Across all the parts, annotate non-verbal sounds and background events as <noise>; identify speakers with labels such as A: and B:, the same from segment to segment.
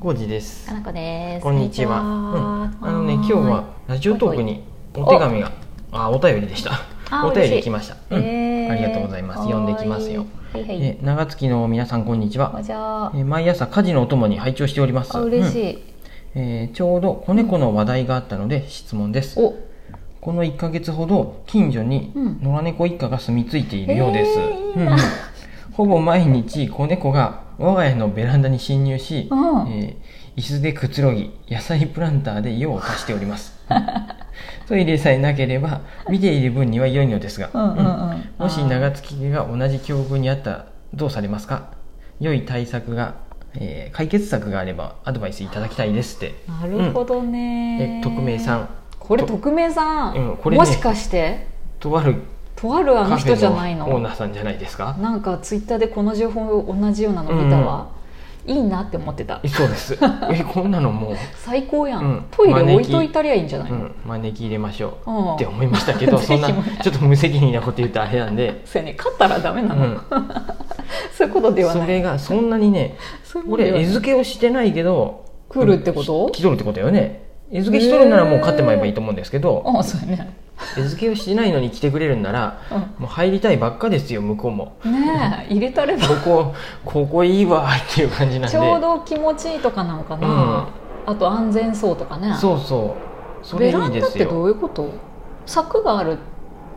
A: ゴージです
B: か。なこです
A: こんにちは。うん、あのね、今日はラジオトークにお手紙が、あ、お便りでした。
B: あ
A: お便り来
B: ま
A: ました。うん、ありがとうございます。読んできますよ。
B: はいはい、
A: え、長月の皆さん、こんにちは
B: お。じゃあ
A: え毎朝家事のお供に拝聴しております。
B: あ嬉し
A: うん
B: い、
A: えーちょうど子猫の話題があったので質問です。
B: お
A: この1ヶ月ほど近所に
B: うん
A: 野良猫一家が住み着いているようです、
B: えーいい
A: うん
B: な
A: うんほぼ毎日子猫が我が家のベランダに侵入し、
B: うん
A: えー椅子でくつろぎ野菜プランターで用を足しております
B: <laughs>
A: トイレさえなければ見ている分には良いのですが、
B: うんうん
A: うん
B: うん
A: もし長月家が同じ境遇にあったらどうされますか良い対策が、えー解決策があればアドバイスいただきたいですって
B: なるほど
A: え
B: ね、
A: 匿名さん
B: これ匿名さん、
A: うんこれね
B: もしかして
A: とある
B: とあるあの
A: カフェ
B: 人じゃないの
A: オーナーさんじゃないですか
B: なんかツイッターでこの情報同じようなの見たわ、いいなって思ってた
A: えそうです
B: <laughs>
A: えこんなのもう、
B: 最高やん、
A: うん
B: トイレ置いといたりゃいいんじゃない、
A: う
B: の
A: ん、招き入れましょ
B: うん
A: うって思いましたけど
B: <laughs> ぜ
A: そ
B: ひ
A: んな
B: も
A: ちょっと無責任なこと言うとあれなんで、
B: <laughs> そうやね勝ったらダメ
A: う
B: なの、
A: ん、
B: そういうことでは
A: そ
B: ない
A: れがそんなにね
B: そういうことでは
A: 俺
B: ない
A: 餌付けをしてないけど
B: 来るってこと
A: 来とるってことよね餌付けしとるならもう飼ってまえばいいと思うんですけど
B: あそうやね、
A: 餌付けをしてないのに来てくれるんならもう入りたいばっかですよ向こうも
B: うん、ねえ入れたれば
A: ここ <laughs> ここいいわっていう感じなんで
B: ちょうど気持ちいいとかなのかな、あと安全そうとかね
A: そうそうそれ
B: ベ
A: い
B: ラ
A: い
B: ン
A: で
B: ダっ
A: す
B: てど
A: よ
B: ういうこと柵がある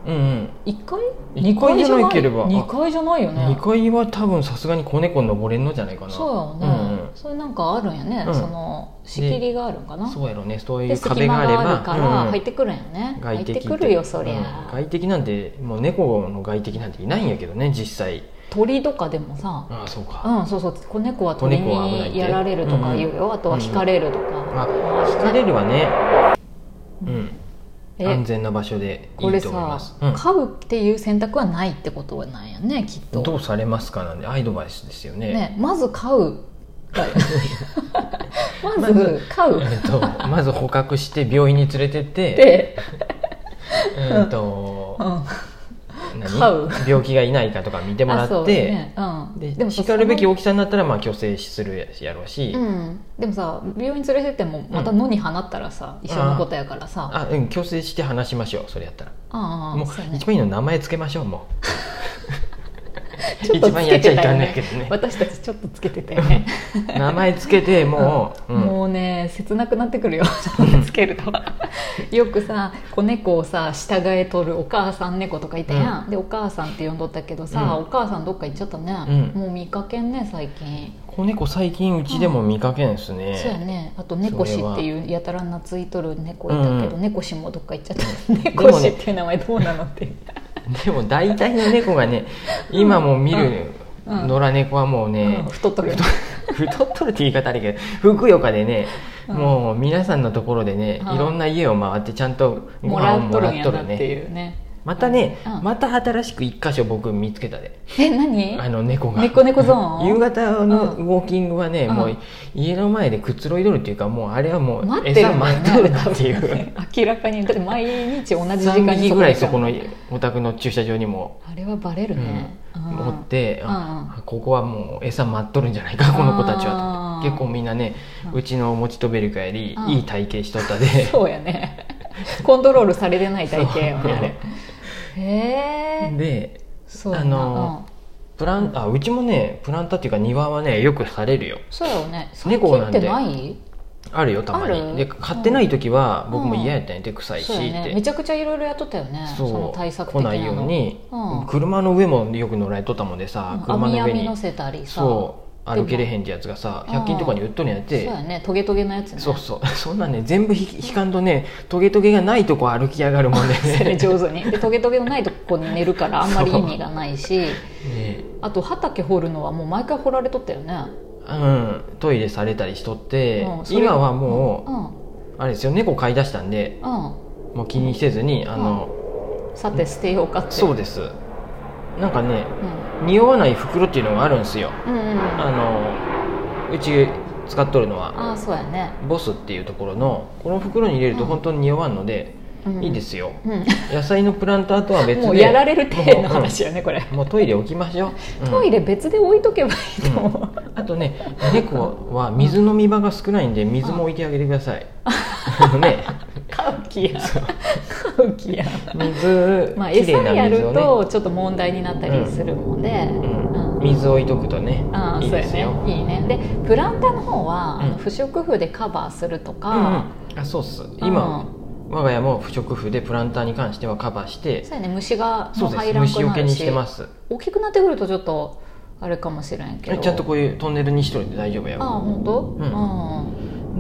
A: うんうん
B: 1階
A: 一
B: 2
A: 階
B: 階
A: じ
B: じ
A: ゃ
B: ゃ
A: な
B: ない
A: ければ
B: 2階じゃないよね
A: 2階は多分さすがに子猫登れんのじゃないかな
B: そうやよ
A: う
B: ね、
A: んうん
B: それなんかあるんやね、
A: うん
B: その仕切りがあるんかな
A: そうやろねそうい
B: で
A: う
B: 隙
A: 壁が
B: 間
A: あれば
B: があるから
A: うん
B: 入ってくるんやね、入
A: 外
B: って
A: 敵
B: くるよそりゃ、
A: うん外敵なんてもう猫の外敵なんていないんやけどね実際
B: 鳥とかでもさ、
A: ああそうか、
B: うん、そうそう子猫は鳥
A: 子猫は危ないって
B: にやられるとか言うよ、あとは惹かれるとか、
A: まあ惹かれるはねうん、
B: え
A: 安全な場所でい
B: これ
A: いと思いま
B: さ
A: す、、うん
B: 飼うっていう選択はないってことなんやねきっと
A: どうされますかなんでアイドバイスですよね
B: ね、まず飼う
A: <laughs>
B: だよまず飼う
A: えっと、まず捕獲して病院に連れてって、
B: で、
A: えっ
B: <laughs>
A: と
B: う、ん、
A: 何
B: 飼う
A: 病気がいないかとか見てもら
B: あ
A: って
B: そう、ねうん、
A: で
B: でもさ
A: 叱るべき
B: その
A: 大きさになったらまあ虚勢するやろうし、
B: うん、でもさ病院連れてってもまた野に放ったらさ、一緒のことやからさ
A: あうん虚勢して話しましょうそれやったら
B: ああ
A: もう
B: そうね
A: 一番いいの名前つけましょうもう
B: <laughs> ちょっと
A: 一番やっちゃいかん <laughs> ないけ
B: つけ
A: ど
B: てたよね
A: ね
B: 私たちちょっとつ
A: <laughs>
B: けてたよね
A: 名前つけ
B: <laughs>
A: てもう、うん
B: もうね切なくなってく
A: <laughs>
B: るよつけるとよくさ子猫をさ従えとるお母さん猫とかいたやん、でお母さんって呼んどったけどさ、
A: うん
B: お母さんどっか行っちゃったね、
A: うん
B: もう見かけんね最近、
A: 子猫最近うちでも見かけんすね、
B: そうやねあと猫
A: そ
B: し
A: れは
B: っていうやたらなついとる猫いたけど、
A: う
B: 猫しもどっか行っちゃっ
A: <laughs>
B: た猫しっていう名前どうなのって
A: でも大体の猫がね今もう見る
B: うん
A: 野良猫はもうね、
B: 太っとるよね
A: 太っとるって言い方あるけどふくよかでね、
B: うん
A: もう皆さんのところでね、
B: うん
A: いろんな家を回ってちゃんとご
B: も
A: 飯
B: ら
A: を
B: っ
A: も
B: と
A: ら
B: るん
A: っ
B: や
A: と
B: な
A: る
B: っ
A: ね
B: ていうね
A: またね、
B: うん
A: また新しく一箇所僕見つけたで
B: え何
A: あの猫が
B: 猫猫ゾ
A: <laughs>
B: ーン
A: 夕方のウ
B: う
A: ォーキングはね、
B: うん
A: もう家の前でくつろいどるっていうかもうあれはもう
B: 待ってる
A: 餌
B: んだ
A: 待
B: よね
A: っとるなっていう
B: <laughs> 明らかにだって毎日同じ時間
A: 3
B: に
A: 匹ぐらいそ
B: こ
A: こ
B: に
A: のお宅の駐車場にも、
B: あれはバレるね、
A: うん
B: うん
A: 持って、あ
B: う
A: ここはもう餌待っとるんじゃないかこの子たち
B: あ
A: は
B: ー
A: と結構みんなね
B: うん
A: うちの持ちとベルカより
B: うん
A: いい体型しとったで、
B: そうやねコントロールされてない体型よねあれへえ
A: で
B: そうや
A: あ
B: な、
A: の
B: うん
A: プランあうちもねプランターっていうか庭はねよくされるよ
B: そうやよね最
A: 猫
B: 近
A: な
B: っ
A: んで
B: てない
A: あるよたま
B: あ
A: に
B: る
A: で買ってない時は
B: うん
A: 僕も嫌やったんやで臭いしっ
B: そうやね
A: て
B: めちゃくちゃいろいろやっとったよねその対策
A: 来
B: 的なの
A: ないように、
B: うん
A: 車の上もよく乗られとったもんでさ、
B: うん
A: 車
B: 網
A: の上
B: 網
A: に
B: 乗せたりさ
A: そう
B: でも
A: 歩けれへんってやつがさ
B: うん
A: 100均とかに売っとるんやっ
B: そう
A: て、
B: やねトゲトゲのやつね
A: そうそう <laughs> そんなんね全部ひ引かんとねトゲトゲがないとこ歩きやがるもんで
B: <laughs> <laughs> それ
A: ね
B: 上手にでトゲトゲのないとこに寝るからあんまり意味がない
A: <laughs>
B: し
A: ね
B: あと畑掘るのはもう毎回掘られとったよね、
A: うん、トイレされたりしとって、
B: うんそれ
A: 今はも
B: う
A: う、
B: ん
A: あれですよ猫飼い出したんで
B: う
A: もう気にせずにあの、
B: んさて捨てようかって
A: そう
B: で
A: ですなんかね
B: うん
A: 匂わない袋っていうのがあるんですよ
B: うんうんうん
A: あのうち使っとるのは
B: ああそうやね、
A: ボスっていうところのこの袋に入れると本当に匂わんので、
B: うん
A: いいですよ
B: うん、
A: 野菜のプランターとは別で
B: もうやられる体の話よねこれ、
A: もうトイレ置きましょう、うん
B: トイレ別で置いとけばいいと思う、
A: ああとね猫は水飲み場が少ないんで水も置いてあげてください
B: <laughs>
A: ね
B: 買う気や
A: そう
B: 買う気や
A: 水
B: まあ
A: きれ
B: 餌
A: いな
B: や
A: 水
B: る
A: を
B: と
A: ね、
B: ちょっと問題になったりするので、
A: うん
B: うん
A: 水置いとくとね
B: ああ
A: いい
B: そう
A: で
B: や
A: す
B: ね
A: よ
B: いいねでプランターの方は、
A: うん
B: あの不織布でカバーすると
A: うんうん
B: か、
A: あそうっす今我が家も不織布でプランターに関してはカバーして
B: そうやね虫が
A: そう
B: もう
A: です
B: 入らんく
A: 虫除
B: な
A: け
B: る
A: に
B: し
A: してます
B: 大きくなってくるとちょっとあれかもしれんけ
A: え
B: ど
A: ちゃんとこういうトンネルにしとるんで大丈夫や
B: ああ
A: よ
B: 本当？うん
A: ん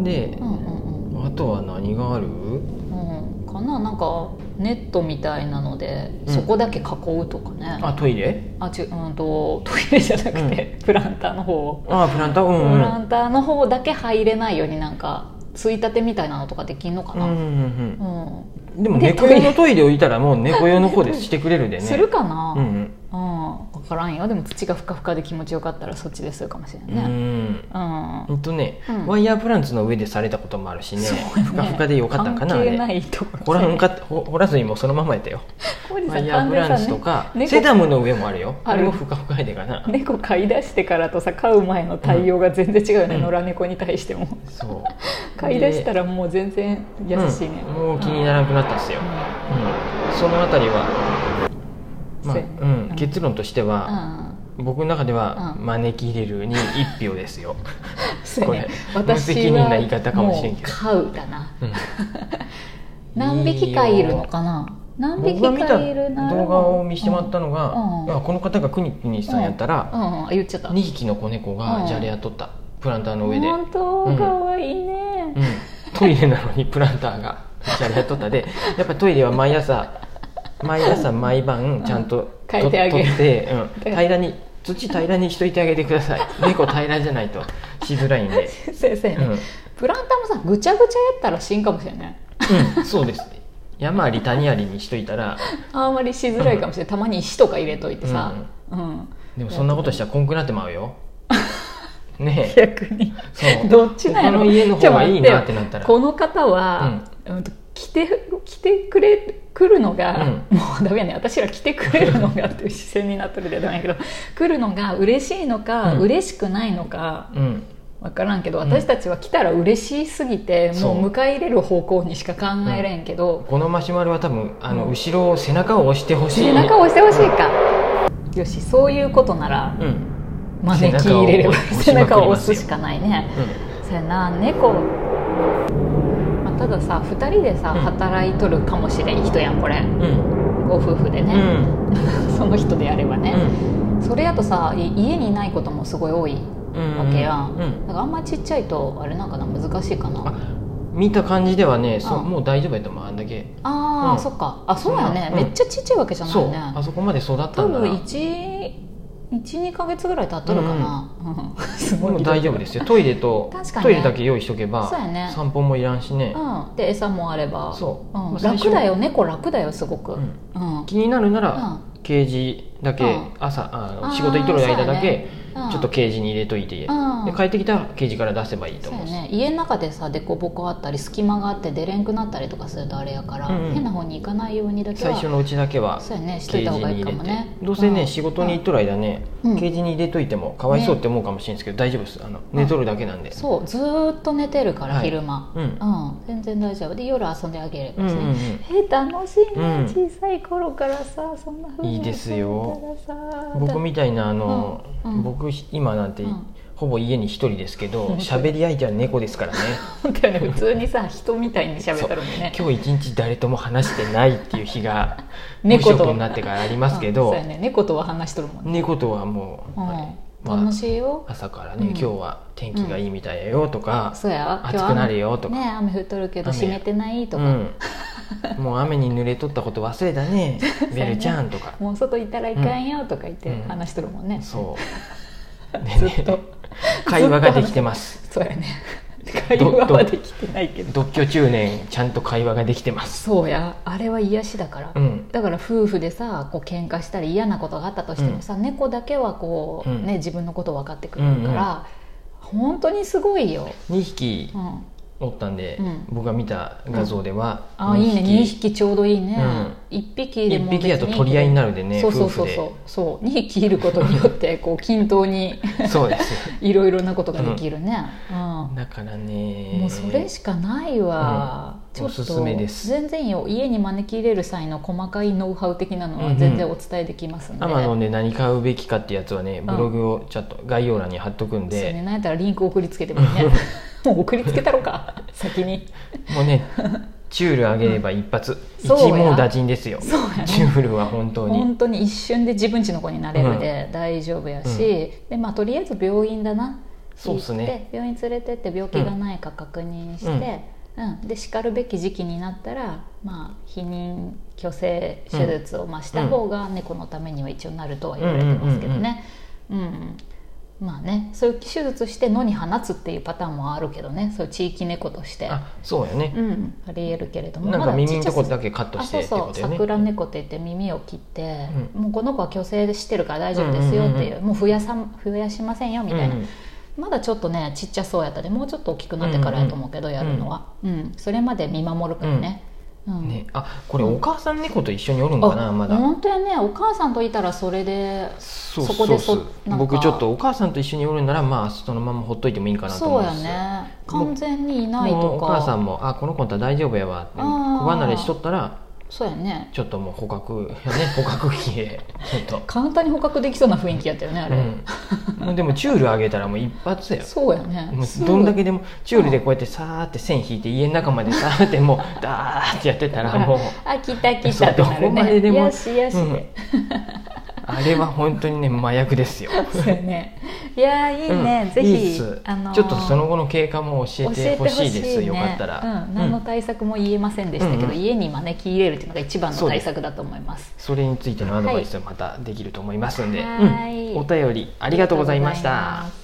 A: で
B: うんうん
A: あとは何がある
B: うんうんかななんかネットみたいなので、
A: うん
B: そこだけ囲うとかね
A: あトイレ
B: あちゅうんとトイレじゃなくて、プランターの方を、
A: あプランターう
B: プ
A: ん
B: ランターの方だけ入れないようになんかついたてみたいなのとかできんのか
A: うんう
B: な、
A: ん
B: うん
A: うんうんでも猫
B: でトイ
A: 用
B: レ
A: のトイレ置いたらもう猫用の方でしてくれるでね
B: するか
A: う
B: な、
A: ん
B: うん分からんよでも土がふかふかで気持ちよかったらそっちでするかもしれ
A: うんう
B: ないね、
A: ん
B: うん
A: ほんとね
B: うん
A: ワイヤープランツの上でされたこともあるしね
B: そうね
A: ふかふかでよかったんかなあ
B: 関係
A: れ
B: ないと思う
A: 掘らんかっほ掘らずにもうそのままやったよ
B: 小路
A: ワ
B: さん
A: イヤー
B: 完
A: ブ
B: 全
A: ランチ
B: さ
A: とか
B: 猫
A: セダムの上もあるよ
B: あ
A: あ
B: る
A: れもふかふかやでかな
B: 猫飼い出してからとさ飼う前の対応が全然違うよね、
A: うん
B: 野良猫に対しても
A: そう
B: 飼い出した
A: ら
B: らもう全然優しいね、
A: もう気にならなくなったっすよ
B: う、ん
A: うん、そのあたりは、まあ
B: そうやね
A: うん、結論としては、僕の中では
B: う
A: 招き入れるに一票ですよ、
B: そうやね
A: これ無責任な言い方かもしれんけど
B: 私はもう飼うだな
A: うん
B: 何匹かいるのかな何匹
A: 僕が見た
B: かいるな
A: 動画を見してもらったのが、
B: うんうん
A: あこの方がクニクニさんやった
B: う
A: ら、
B: ん、うん、あ言っちゃった
A: 2匹の子猫
B: う
A: が
B: ん
A: じゃれ合っとったプランターの上で、
B: 本当
A: うん
B: 可愛いね、
A: うん、トイレなのにプランターがじゃれ合っとったでやっぱトイレは毎朝毎朝毎晩ちゃんとと
B: 変えてあげる
A: 取って、うん、平らに土平らにしといてあげてください猫平らじゃないとしづらいんで、
B: <laughs> 先生ね、
A: うん
B: プランターもさぐちゃぐちゃやったら死んかもしれない
A: うん、そうです山あり谷ありにしといたら
B: あんまりしづらいかもしれないたまに石とか入れといてさ、うん、
A: でもそんなことしたらこんくなってまうよねえ
B: 逆に
A: そう
B: <laughs> どっちなんやろ
A: 他の家の方がいいなってなったら
B: ちょ待ってよこの方は、うんと来て来てくれ来るのが、
A: う
B: もうダメやね私ら来てくれるのがっていう視線になっとるでダメやけど来るのが嬉しいのか、
A: うん
B: 嬉しくないのか
A: うん
B: 分からんけど私たちは来たら嬉しすぎて、
A: そう
B: もう迎え入れる方向にしか考えれんけど、
A: このマシュマロは多分あの
B: うん
A: 後ろを背中を押してほしい
B: 背中を押してほしいか、よしそういうことなら
A: うん、うん
B: 招き入れれば背
A: 背中
B: 中を
A: を
B: 押
A: 押
B: す
A: し
B: しかないね、そうやな猫、まあ、たださ2人でさ
A: うん
B: 働いとるかもしれん人やんこれ
A: うん
B: ご夫婦で
A: う
B: ね、
A: ん
B: その人でやればね、
A: う
B: それやとさい家にいないこともすごい多い
A: ん
B: わけや
A: うんうん
B: だからあんまちっちゃいとあれなんかな難しいかな
A: あ見た感じではね、そう
B: うん
A: もう大丈夫やと思うあんだけ
B: あー、
A: うん
B: そっかあそうやね、
A: うん
B: めっちゃちっちゃいわけじゃな
A: そ
B: いう
A: あ
B: ね
A: そこまで育った
B: 多
A: んだ
B: 分
A: ら
B: 12ヶ月ぐらい経っとるかな、うん <laughs> すご
A: もう
B: い
A: 大丈夫ですよトイレと、
B: 確かに
A: ト
B: ね
A: イレだけ用意しとけば
B: そうやね
A: 散歩もいらんしね、
B: うん、で餌もあれば
A: そう、
B: ん
A: まあ最初
B: 楽だよ猫楽だよすごく、う
A: うんん気になるな
B: う
A: ら、ケージだけ、
B: うん
A: 朝あ
B: あー
A: の仕事行っとる間だ
B: そうや
A: け、
B: うん
A: ちょっとケージに入れといて、
B: うん
A: で帰ってきたらケージから出せばいいと
B: そう
A: 思
B: や
A: うし
B: ね、家の中でさ凸凹あったり隙間があって出れんくなったりとかするとあれやから、
A: うんうん
B: 変な方に行かないようにだけ
A: 最
B: は
A: 初のうちだけは
B: そうやねしと
A: ケ
B: いた
A: ー
B: 方
A: ジ
B: が
A: に
B: いい
A: 入
B: か
A: れ
B: も
A: て、
B: ね
A: どうせね、
B: ん
A: 仕事に行っとる間ね、
B: うん
A: ケージに入れといてもかわいそうって思うかもしれないですけど、大丈夫ですあの寝とるだけなんで、
B: そうずーっと寝てるから、
A: はい
B: 昼間
A: うん
B: うん全然大丈夫で夜遊んであげればですね、
A: うんうんうん
B: え楽しいね、
A: うん
B: 小さい頃からさそんなふうに
A: いいですよ
B: 遊んでたらさ
A: 僕みたいなあの、
B: うんうん
A: 僕今なんて、
B: うん
A: ほぼ家に一人ですけど
B: <laughs> うん
A: 喋り相手は猫ですからね
B: 本当よね普通にさ人みたいに喋っとるもんね
A: 今日一日誰とも話してないっていう日が
B: <laughs> 猫と
A: 無職になってからありますけど、
B: うんそうやね猫とは話しとるもんね、
A: 猫とはもう、
B: うん
A: はいまあ
B: 楽しいよ
A: 朝からね、
B: うん
A: 今日は天気がいいみたいやよとか、
B: そうや
A: 暑くなるよとか
B: ね雨降っとるけど
A: 雨
B: 湿ってないと
A: う
B: か、
A: ん、もう雨に濡れとったこと忘れた
B: <laughs>
A: ねベルちゃんとか
B: もう外行ったらいかんよとか言って
A: うん
B: 話しとるもんね、 <laughs>
A: そうで
B: ずっと
A: ね会話ができてます
B: そ
A: <laughs>
B: うやね会話はできてないけど
A: 独居中年ちゃんと会話ができてます
B: そうやあれは癒しだから、
A: うん
B: だから夫婦でさこう喧嘩したり嫌なことがあったとしてもさ、猫だけはこう、
A: うん
B: ね、自分のこと分かってくれるから、本当にすごいよ、
A: 2匹
B: うん、
A: おったんで、
B: うん
A: 僕が見た画像では、
B: あいいね2匹ちょうどいいね、
A: うん
B: 一1匹でも
A: 一匹やと取り合いになるでね
B: そうそうそう
A: 夫
B: そうそう2匹いることによってこう均等に <laughs>
A: そうです
B: いろいろなことができるね、うん
A: だからね
B: もうそれしかないわ、
A: うん
B: ちょっと
A: おすすめです
B: 全然よ家に招き入れる際の細かいノウハウ的なの
A: うんう
B: は
A: ん
B: 全然お伝えできますんで、
A: アマのね何買うべきかってやつはねブログをちょっと概要欄に貼っとくん
B: そうね
A: で、
B: なんやったらリンク送りつけてもいい
A: <laughs>
B: ねもう送りつけたろか先に
A: もうねチュールあげれば一発、
B: そうや
A: 一網打尽ですよ
B: そうやね
A: チュールは本当に
B: 本当に一瞬で自分ちの子になれるで大丈夫やし、でまあ、とりあえず病院だな
A: そうっすね
B: 行って病院連れてって病気がないか確認して、うんでしかるべき時期になったら、まあ、避妊去勢手術をまあした方が猫のためには一応なるとは言われてますけどね。うんまあね、そういう手術して野に放つっていうパターンもあるけどねそういう地域猫として、
A: あそうやね
B: う、ん、ありえるけれども
A: なん
B: ま
A: か
B: だちっちゃ
A: 耳のとこだけカット
B: あ
A: し
B: そ
A: て
B: う
A: って
B: そ
A: こ
B: う
A: とよね
B: 桜猫って言って耳を切って、
A: う
B: もうこの子は虚勢してるから大丈夫ですよってい
A: う
B: う,、
A: んうんうん
B: もう増やさん増やしませんよみたいな、
A: うんうん
B: まだちょっとねちっちゃそうやったでもうちょっと大きくなってからやと思うけど、やるのは、うん、それまで見守るからね、うん
A: ね、あこれお母さん猫と一緒におるんかな、まだ
B: 本当やねお母さんといたらそれで
A: そう
B: そこでそ
A: そうそう
B: なんか
A: 僕ちょっとお母さんと一緒におるんならまあそのままほっといてもいいかなと思
B: そうう
A: で
B: んや
A: すよ
B: ね完全にいない
A: もう
B: と
A: お
B: か
A: 母さんも「あこの子とは大丈夫やわ」って
B: あー
A: 子離れしとったら
B: そうやね
A: ちょっともう捕獲や <laughs> ね捕獲器へちょっと、
B: 簡単に捕獲できそうな雰囲気やったよねあれ、
A: うん、もうでもチュールあげたらもう一発や
B: そうやね
A: もう
B: すぐ
A: どんだけでもチュールでこうやってさーって線引いて家の中までさーってもうダーってやってたらもう、
B: あ来た来たってな
A: そうどこ
B: る
A: まで
B: ね
A: でも
B: よしよし
A: う
B: で、
A: んあれは本当にね麻薬ですよ
B: そうよね。いやーいいね、
A: うん
B: ぜひ
A: いいっす
B: あのー
A: ちょっとその後の経過も教え
B: 教え
A: て
B: て
A: ほ
B: ほ
A: し
B: し
A: い
B: い
A: で
B: ですす
A: よ
B: よ
A: か
B: か
A: っ
B: ったた
A: ら、
B: ら、うん、
A: う
B: 何
A: ん
B: の対策も言えませんでしたけど、
A: うんうん
B: 家に招き入れるっていうのが一番の対策だと思います。
A: それについてのアドバイスはまたできると思いますんで、
B: はい
A: うんお便りありがとうございました。
B: ありがとうございます